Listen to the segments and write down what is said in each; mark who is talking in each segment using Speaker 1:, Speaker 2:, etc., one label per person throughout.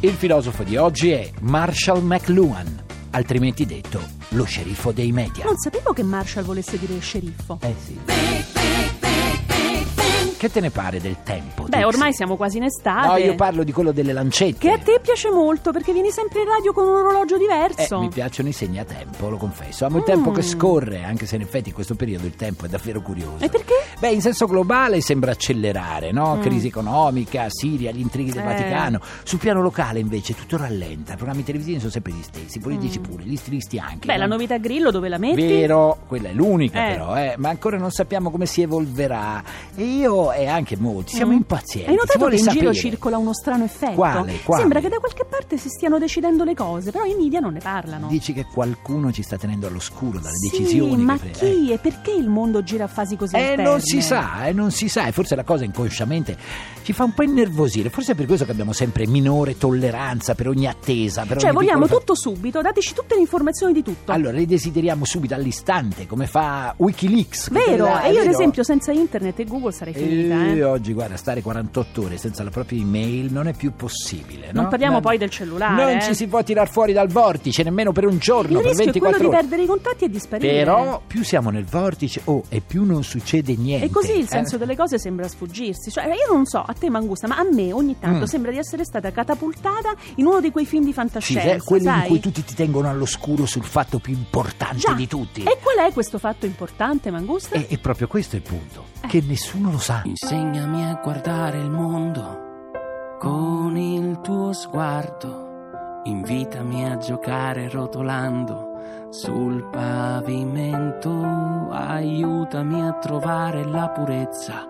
Speaker 1: Il filosofo di oggi è Marshall McLuhan, altrimenti detto lo sceriffo dei media.
Speaker 2: Non sapevo che Marshall volesse dire sceriffo.
Speaker 1: Eh sì. Che te ne pare del tempo?
Speaker 2: Beh,
Speaker 1: Dixie?
Speaker 2: ormai siamo quasi in estate.
Speaker 1: No, io parlo di quello delle lancette.
Speaker 2: Che a te piace molto perché vieni sempre in radio con un orologio
Speaker 1: Eh,
Speaker 2: diverso.
Speaker 1: mi piacciono i segni a tempo, lo confesso. Amo il
Speaker 2: Mm.
Speaker 1: tempo che scorre, anche se in effetti in questo periodo il tempo è davvero curioso.
Speaker 2: e perché?
Speaker 1: Beh, in senso globale sembra accelerare, no?
Speaker 2: Mm.
Speaker 1: Crisi economica, Siria, gli intrighi del
Speaker 2: Eh.
Speaker 1: Vaticano. Sul piano locale, invece, tutto rallenta. I programmi televisivi sono sempre gli stessi, i politici
Speaker 2: Mm.
Speaker 1: pure, gli stilisti anche.
Speaker 2: Beh,
Speaker 1: no?
Speaker 2: la novità Grillo dove la metti?
Speaker 1: Vero, quella è l'unica
Speaker 2: Eh.
Speaker 1: però, eh, ma ancora non sappiamo come si evolverà. E io e anche molti siamo
Speaker 2: Mm.
Speaker 1: impazienti.
Speaker 2: Hai
Speaker 1: si
Speaker 2: notato
Speaker 1: vuole
Speaker 2: che in giro
Speaker 1: sapere.
Speaker 2: circola uno strano effetto?
Speaker 1: Quale? Quale?
Speaker 2: Sembra che da qualche parte si stiano decidendo le cose, però i media non ne parlano.
Speaker 1: Dici che qualcuno ci sta tenendo all'oscuro dalle
Speaker 2: Sì,
Speaker 1: decisioni
Speaker 2: ma
Speaker 1: che pre- eh.
Speaker 2: chi e perché il mondo gira a fasi così
Speaker 1: Eh,
Speaker 2: alterne?
Speaker 1: non si sa, eh, non si sa, e forse la cosa inconsciamente ci fa un po' innervosire, forse è per questo che abbiamo sempre minore tolleranza per ogni attesa. Per
Speaker 2: Cioè,
Speaker 1: ogni
Speaker 2: vogliamo
Speaker 1: piccolo fa-
Speaker 2: tutto subito, dateci tutte le informazioni di tutto.
Speaker 1: Allora, le desideriamo subito all'istante, come fa Wikileaks.
Speaker 2: vero,
Speaker 1: quella-
Speaker 2: e io ad
Speaker 1: vero?
Speaker 2: esempio senza internet e Google sarei finita,
Speaker 1: E
Speaker 2: eh.
Speaker 1: oggi, guarda, stare 48 ore senza la propria email non è più possibile. no?
Speaker 2: Non parliamo
Speaker 1: Ma-
Speaker 2: poi del cellulare.
Speaker 1: Non
Speaker 2: eh.
Speaker 1: ci si può tirar fuori dal vortice nemmeno per un
Speaker 2: Il
Speaker 1: giorno, per
Speaker 2: rischio è quello
Speaker 1: 24
Speaker 2: di
Speaker 1: ore.
Speaker 2: perdere i contatti e di sparire.
Speaker 1: Però più siamo nel vortice, oh, e più non succede niente.
Speaker 2: E così
Speaker 1: eh.
Speaker 2: il senso delle cose sembra sfuggirsi. Cioè, io non so, a te Mangusta, ma a me ogni tanto
Speaker 1: Mm.
Speaker 2: sembra di essere stata catapultata in uno di quei film di
Speaker 1: Sì,
Speaker 2: fantascienza,
Speaker 1: eh, quelli in
Speaker 2: sai?
Speaker 1: cui tutti ti tengono all'oscuro sul fatto più importante
Speaker 2: Già.
Speaker 1: di tutti. Eh,
Speaker 2: E qual è questo fatto importante, Mangusta?
Speaker 1: E, e proprio questo è il punto,
Speaker 2: Eh.
Speaker 1: che nessuno lo sa.
Speaker 3: Insegnami a guardare il mondo con il tuo sguardo. Invitami a giocare rotolando sul pavimento. Aiutami a trovare la purezza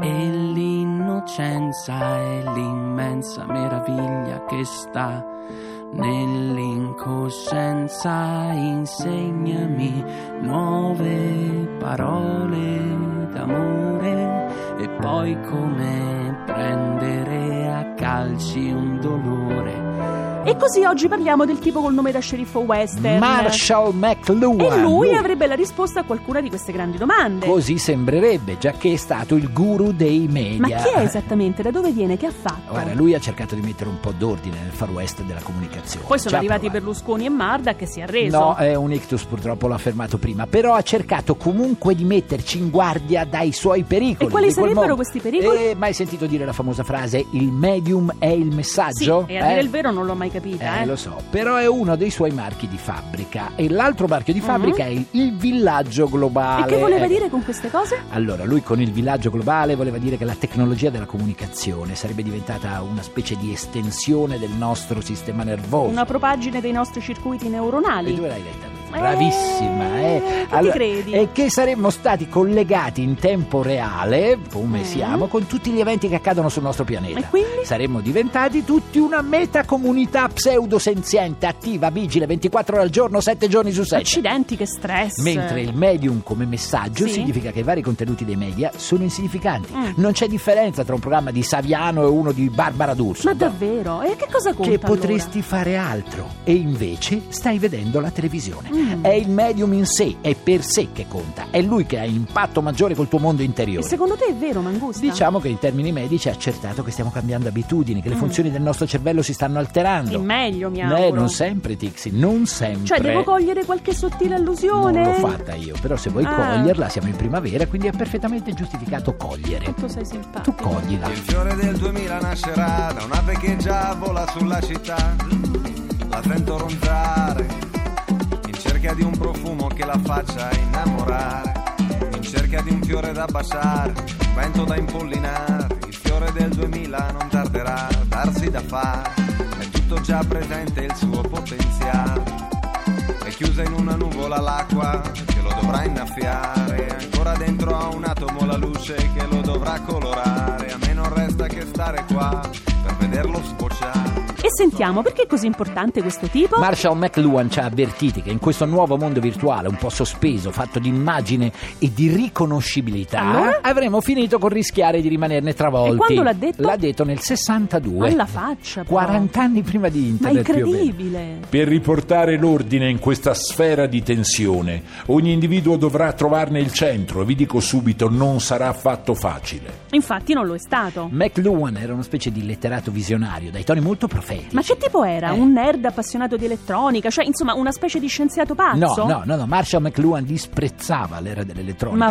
Speaker 3: e l'innocenza e l'immensa meraviglia che sta nell'incoscienza. Insegnami nuove parole d'amore e poi come prendere a calci un dolore.
Speaker 2: E così oggi parliamo del tipo col nome da sceriffo western.
Speaker 1: Marshall McLuhan.
Speaker 2: E lui avrebbe la risposta a qualcuna di queste grandi domande.
Speaker 1: Così sembrerebbe, già che è stato il guru dei media.
Speaker 2: Ma chi è esattamente? Da dove viene? Che ha fatto?
Speaker 1: eh. Guarda, lui ha cercato di mettere un po' d'ordine nel far west della comunicazione.
Speaker 2: Poi sono
Speaker 1: Ci ha
Speaker 2: arrivati
Speaker 1: provato.
Speaker 2: Berlusconi e Marda che si è arreso.
Speaker 1: No, è un ictus purtroppo l'ha fermato prima, però ha cercato comunque di metterci in guardia dai suoi pericoli.
Speaker 2: E quali
Speaker 1: di quel
Speaker 2: sarebbero
Speaker 1: mondo.
Speaker 2: questi pericoli?
Speaker 1: Eh, mai sentito dire la famosa frase il medium è il
Speaker 2: sì,
Speaker 1: messaggio?
Speaker 2: e a dire il vero non l'ho mai capita,
Speaker 1: Eh,
Speaker 2: eh.
Speaker 1: lo so, però è uno dei suoi marchi di fabbrica e l'altro marchio di fabbrica è il, il villaggio globale.
Speaker 2: Mhm. E che voleva
Speaker 1: Eh,
Speaker 2: dire con queste cose?
Speaker 1: Allora, lui con il villaggio globale voleva dire che la tecnologia della comunicazione sarebbe diventata una specie di estensione del nostro sistema nervoso.
Speaker 2: Una propagine dei nostri circuiti
Speaker 1: E
Speaker 2: neuronali.
Speaker 1: dove l'hai letta questa? Bravissima, eh.
Speaker 2: Che ti
Speaker 1: Allora,
Speaker 2: credi?
Speaker 1: E che saremmo stati collegati in tempo reale, come
Speaker 2: Mm.
Speaker 1: siamo, con tutti gli eventi che accadono sul nostro pianeta.
Speaker 2: E quindi?
Speaker 1: Saremmo diventati tutti una metacomunità pseudosenziente, attiva, vigile, 24 ore al giorno, 7 giorni su 7.
Speaker 2: Accidenti, che stress.
Speaker 1: Mentre il medium come messaggio
Speaker 2: Sì.
Speaker 1: significa che i vari contenuti dei media sono insignificanti.
Speaker 2: Mm.
Speaker 1: Non c'è differenza tra un programma di Saviano e uno di Barbara D'Urso.
Speaker 2: Ma
Speaker 1: no?
Speaker 2: davvero? E che cosa conta
Speaker 1: che potresti fare altro e invece stai vedendo la televisione.
Speaker 2: allora? Mm.
Speaker 1: È il medium in sé, è per sé che conta, è lui che ha impatto maggiore col tuo mondo
Speaker 2: E
Speaker 1: interiore.
Speaker 2: secondo te è vero, Mangusta?
Speaker 1: Diciamo che in termini medici è accertato che stiamo cambiando abitudini, che le
Speaker 2: Mm.
Speaker 1: funzioni del nostro cervello si stanno
Speaker 2: Il
Speaker 1: alterando.
Speaker 2: meglio, mi auguro.
Speaker 1: Eh, non sempre, Tixi, non sempre.
Speaker 2: Cioè, devo cogliere qualche sottile
Speaker 1: Non
Speaker 2: allusione?
Speaker 1: l'ho fatta io, però se vuoi
Speaker 2: Ah.
Speaker 1: coglierla siamo in primavera, quindi è perfettamente giustificato cogliere.
Speaker 2: Tu sei simpatico.
Speaker 1: Tu coglila.
Speaker 4: Il fiore del 2000 nascerà da un'ave che già vola sulla città. La sento ronzare in cerca di un profumo che la faccia innamorare. In cerca di un fiore da baciare, un vento da impollinare. Il fiore del 2000 non tarderà a darsi da fare. È tutto già presente il suo potenziale. è chiusa in una nuvola l'acqua che lo dovrà innaffiare, ancora dentro a un atomo la luce che lo dovrà colorare, a me non resta che stare qua per vederlo sbocciare.
Speaker 2: E sentiamo perché è così importante questo tipo?
Speaker 1: Marshall McLuhan ci ha avvertiti che in questo nuovo mondo virtuale, un po' sospeso, fatto di immagine e di riconoscibilità,
Speaker 2: Allora?
Speaker 1: avremo finito con rischiare di rimanerne travolti.
Speaker 2: E quando l'ha detto?
Speaker 1: L'ha detto nel 62.
Speaker 2: Alla faccia, però.
Speaker 1: 40 anni prima di
Speaker 2: Ma
Speaker 1: internet. più o meno.
Speaker 2: incredibile!
Speaker 5: Per riportare l'ordine in questa sfera di tensione, ogni individuo dovrà trovarne il centro e vi dico subito non sarà affatto facile.
Speaker 2: Infatti non lo è stato.
Speaker 1: McLuhan era una specie di letterato visionario, dai toni molto profetici.
Speaker 2: Ma che tipo era?
Speaker 1: Eh.
Speaker 2: Un nerd appassionato di elettronica? Cioè, insomma, una specie di scienziato
Speaker 1: No,
Speaker 2: pazzo?
Speaker 1: no, no, no, Marshall McLuhan disprezzava l'era dell'elettronica.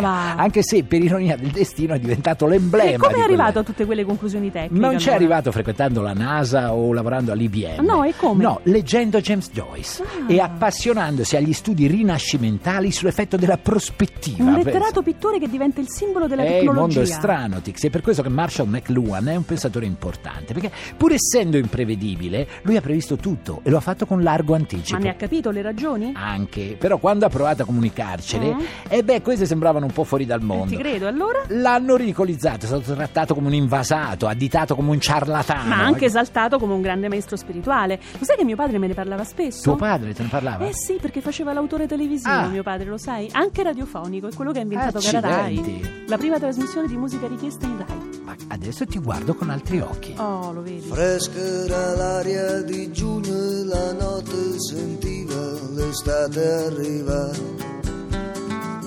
Speaker 2: Ma va.
Speaker 1: Anche se, per ironia del destino, è diventato
Speaker 2: E
Speaker 1: l'emblema.
Speaker 2: come è
Speaker 1: di
Speaker 2: arrivato
Speaker 1: quella-
Speaker 2: a tutte quelle conclusioni tecniche?
Speaker 1: Non c'è
Speaker 2: allora?
Speaker 1: arrivato frequentando la NASA o lavorando all'IBM.
Speaker 2: No, e come?
Speaker 1: No, leggendo James Joyce
Speaker 2: Ah.
Speaker 1: e appassionandosi agli studi rinascimentali sull'effetto della prospettiva.
Speaker 2: Un
Speaker 1: pensa.
Speaker 2: letterato pittore che diventa il simbolo della
Speaker 1: È Eh, il
Speaker 2: tecnologia.
Speaker 1: mondo è strano, Tix, è per questo che Marshall McLuhan è un pensatore importante, perché pur essendo imprevedibile, lui ha previsto tutto e lo ha fatto con largo anticipo.
Speaker 2: Ma ne ha capito le ragioni?
Speaker 1: Ah, Anche, però quando ha provato a comunicarcele,
Speaker 2: Mm.
Speaker 1: e beh, queste sembravano un po' fuori dal
Speaker 2: Eh, Ti
Speaker 1: mondo.
Speaker 2: credo, allora?
Speaker 1: L'hanno ridicolizzato, è stato trattato come un invasato, additato come un ciarlatano. Ecco,
Speaker 2: Ma anche esaltato come un grande maestro spirituale. Lo sai che mio padre me ne parlava spesso?
Speaker 1: Tuo padre te ne parlava?
Speaker 2: Eh sì, perché faceva l'autore televisivo,
Speaker 1: Ah.
Speaker 2: mio padre, lo sai? Anche radiofonico, è quello che ha inventato Gara Rai.
Speaker 1: Accidenti.
Speaker 2: La prima trasmissione di musica richiesta in Rai.
Speaker 1: Ma adesso ti guardo con altri occhi.
Speaker 2: Oh, lo vedi.
Speaker 6: Fresca era l'aria di giugno e la notte sentiva l'estate arrivare.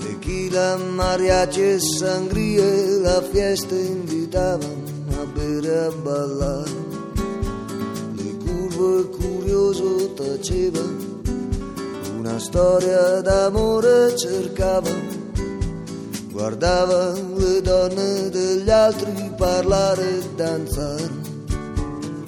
Speaker 6: Tequila, mariachi e sangrie, la fiesta invitava a bere e a ballare. Le curve curioso taceva, una storia d'amore cercava. Guardava le donne degli altri parlare e danzare.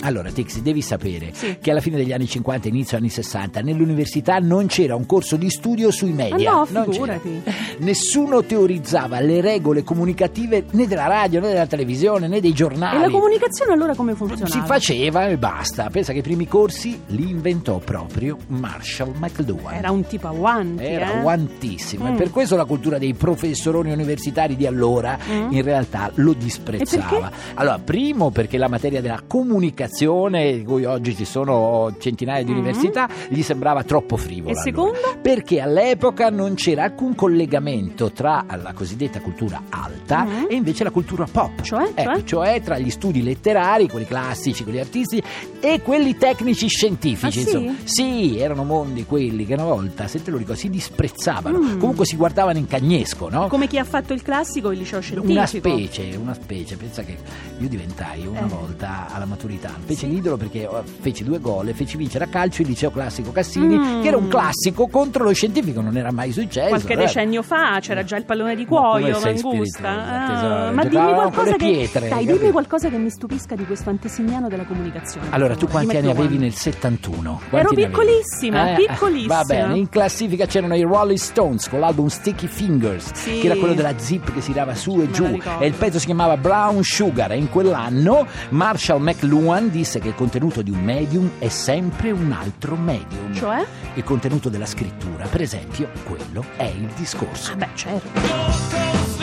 Speaker 1: Allora, Tixi, devi sapere che alla fine degli anni 50 e inizio anni 60 nell'università non c'era un corso di studio sui media.
Speaker 2: Ah no,
Speaker 1: non
Speaker 2: figurati.
Speaker 1: c'era. Nessuno teorizzava le regole comunicative né della radio, né della televisione, né
Speaker 2: E
Speaker 1: dei
Speaker 2: la
Speaker 1: giornali.
Speaker 2: comunicazione allora come funzionava?
Speaker 1: si faceva e basta. Pensa che i primi corsi li inventò proprio Marshall McLuhan.
Speaker 2: Era un tipo a guanti,
Speaker 1: Era
Speaker 2: eh?
Speaker 1: guantissimo
Speaker 2: Mm.
Speaker 1: e per questo la cultura dei professoroni universitari di allora
Speaker 2: Mm.
Speaker 1: in realtà lo
Speaker 2: E
Speaker 1: disprezzava.
Speaker 2: perché?
Speaker 1: Allora, primo perché la materia della comunicazione, di cui oggi ci sono centinaia di
Speaker 2: Mm.
Speaker 1: università, gli sembrava troppo frivola.
Speaker 2: E
Speaker 1: allora.
Speaker 2: secondo?
Speaker 1: Perché all'epoca non c'era alcun collegamento tra la cosiddetta cultura alta
Speaker 2: Mm.
Speaker 1: e invece la cultura pop.
Speaker 2: Cioè?
Speaker 1: Ecco,
Speaker 2: Cioè?
Speaker 1: cioè tra gli studi letterari, quelli classici, quelli artistici e quelli tecnici scientifici.
Speaker 2: Ah, sì?
Speaker 1: insomma. Sì, erano mondi quelli che una volta, se te lo ricordi, si disprezzavano.
Speaker 2: Mm.
Speaker 1: Comunque si guardavano in cagnesco, no?
Speaker 2: Come chi ha fatto il classico e il liceo scientifico.
Speaker 1: Una specie, esatto. una specie, pensa che io diventai una
Speaker 2: Eh.
Speaker 1: volta alla maturità, feci
Speaker 2: Sì.
Speaker 1: l'idolo perché oh, feci due gol e feci vincere a calcio il liceo classico Cassini,
Speaker 2: Mm.
Speaker 1: che era un classico contro lo scientifico, non era mai successo. eh.
Speaker 2: Qualche
Speaker 1: vabbè.
Speaker 2: decennio fa c'era già il pallone di
Speaker 1: Ma come
Speaker 2: cuoio,
Speaker 1: sei
Speaker 2: l'angusta.
Speaker 1: spiritosa,
Speaker 2: Ah,
Speaker 1: tesoro.
Speaker 2: ma dimmi
Speaker 1: Giocavamo con
Speaker 2: qualcosa
Speaker 1: le
Speaker 2: che
Speaker 1: pietre,
Speaker 2: Dai,
Speaker 1: capito?
Speaker 2: dimmi qualcosa che mi stupisca di questo antesignano della comunicazione.
Speaker 1: Allora, tu
Speaker 2: per favore.
Speaker 1: quanti anni
Speaker 2: Dimmi
Speaker 1: avevi nel 71? Quanti
Speaker 2: Ero
Speaker 1: ne avevi? Eh,
Speaker 2: piccolissima, piccolissima.
Speaker 1: Va bene, in classifica c'erano i Rolling Stones con l'album Sticky Fingers,
Speaker 2: Sì.
Speaker 1: che era quello della zip che si dava su e
Speaker 2: la
Speaker 1: giù.
Speaker 2: ricordo.
Speaker 1: E il pezzo si chiamava Brown Sugar. E in quell'anno Marshall McLuhan disse che il contenuto di un medium è sempre un altro medium.
Speaker 2: Cioè?
Speaker 1: Il contenuto della scrittura, per esempio, quello è il discorso.
Speaker 2: Ah, beh, certo.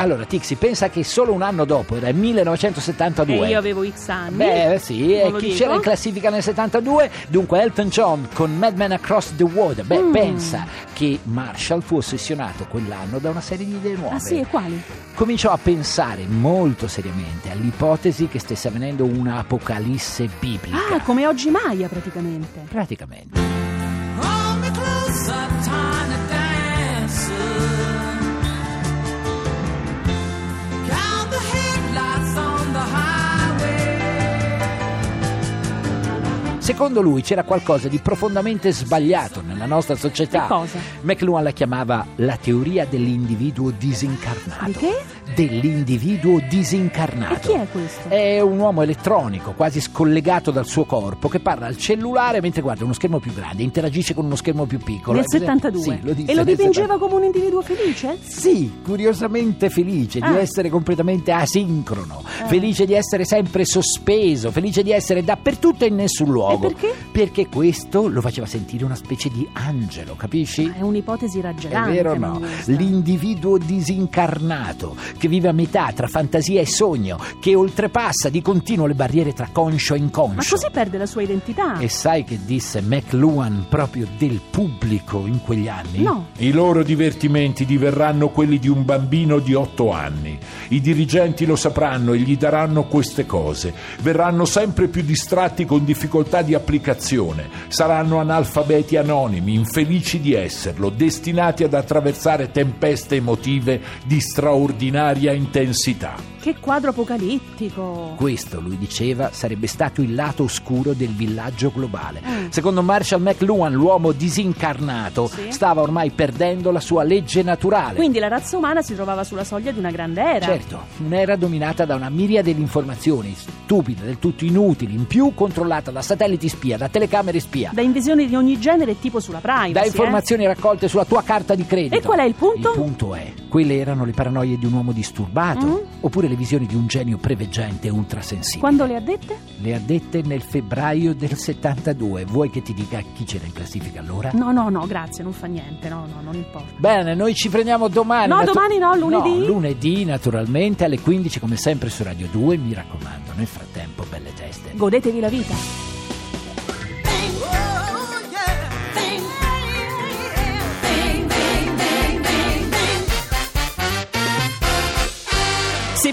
Speaker 1: Allora, Tixi, pensa che solo un anno dopo, era il 1972.
Speaker 2: E Eh, io avevo X anni.
Speaker 1: Beh, eh, sì,
Speaker 2: Non
Speaker 1: e
Speaker 2: lo
Speaker 1: chi
Speaker 2: dico.
Speaker 1: c'era in classifica nel 72? Dunque Elton John con Mad Men Across the Water. Beh,
Speaker 2: Mm.
Speaker 1: pensa che Marshall fu ossessionato quell'anno da una serie di idee nuove.
Speaker 2: Ah sì, e quali?
Speaker 1: Cominciò a pensare molto seriamente all'ipotesi che stesse avvenendo un'apocalisse biblica.
Speaker 2: Ah, come oggi Maia praticamente.
Speaker 1: Praticamente. Secondo lui c'era qualcosa di profondamente sbagliato nella nostra società.
Speaker 2: Che cosa?
Speaker 1: McLuhan la chiamava la teoria dell'individuo disincarnato.
Speaker 2: Di che?
Speaker 1: dell'individuo disincarnato.
Speaker 2: E chi è questo?
Speaker 1: È un uomo elettronico, quasi scollegato dal suo corpo, che parla al cellulare mentre guarda uno schermo più grande, interagisce con uno schermo più piccolo.
Speaker 2: Nel
Speaker 1: Ad esempio-
Speaker 2: 72.
Speaker 1: Sì, lo disse,
Speaker 2: e lo
Speaker 1: nel
Speaker 2: dipingeva
Speaker 1: 70.
Speaker 2: come un individuo felice?
Speaker 1: Sì, curiosamente felice di
Speaker 2: Ah.
Speaker 1: essere completamente asincrono, felice di essere sempre sospeso, felice di essere dappertutto e in nessun luogo.
Speaker 2: E perché?
Speaker 1: Perché questo lo faceva sentire una specie di angelo, capisci?
Speaker 2: Ma Ah, È un'ipotesi raggelante.
Speaker 1: È vero o no?
Speaker 2: Mangusta.
Speaker 1: L'individuo disincarnato che vive a metà tra fantasia e sogno, che oltrepassa di continuo le barriere tra conscio e inconscio.
Speaker 2: Ma così perde la sua identità.
Speaker 1: E sai che disse McLuhan proprio del pubblico in quegli anni?
Speaker 2: No.
Speaker 5: I loro divertimenti diverranno quelli di un bambino di otto anni. I dirigenti lo sapranno e gli daranno queste cose. Verranno sempre più distratti con difficoltà di applicazione. Saranno analfabeti anonimi, infelici di esserlo, destinati ad attraversare tempeste emotive di straordinaria intensità.
Speaker 2: Che quadro apocalittico.
Speaker 1: Questo, lui diceva, sarebbe stato il lato oscuro del villaggio globale.
Speaker 2: Mm.
Speaker 1: Secondo Marshall McLuhan, l'uomo disincarnato
Speaker 2: Sì.
Speaker 1: stava ormai perdendo la sua legge naturale.
Speaker 2: Quindi la razza umana si trovava sulla soglia di una grande era.
Speaker 1: Certo, un'era dominata da una miriade di informazioni stupide, del tutto inutili, in più controllata da satelliti spia, da telecamere spia,
Speaker 2: Da invasioni di ogni genere e tipo sulla privacy.
Speaker 1: da
Speaker 2: eh.
Speaker 1: informazioni raccolte sulla tua carta di credito.
Speaker 2: E qual è il punto?
Speaker 1: Il punto è, quelle erano le paranoie di un uomo disturbato,
Speaker 2: Mm.
Speaker 1: oppure le visioni di un genio preveggente e ultrasensibile.
Speaker 2: Quando le ha dette?
Speaker 1: Le ha dette nel febbraio del 72. Vuoi che ti dica chi c'era in classifica allora?
Speaker 2: No, no, no, grazie, non fa niente. No, no, non importa.
Speaker 1: Bene, noi ci prendiamo domani.
Speaker 2: No, domani no, lunedì.
Speaker 1: No, lunedì naturalmente alle 15 come sempre su Radio 2. Mi raccomando, nel frattempo belle teste.
Speaker 2: Godetevi la vita. Se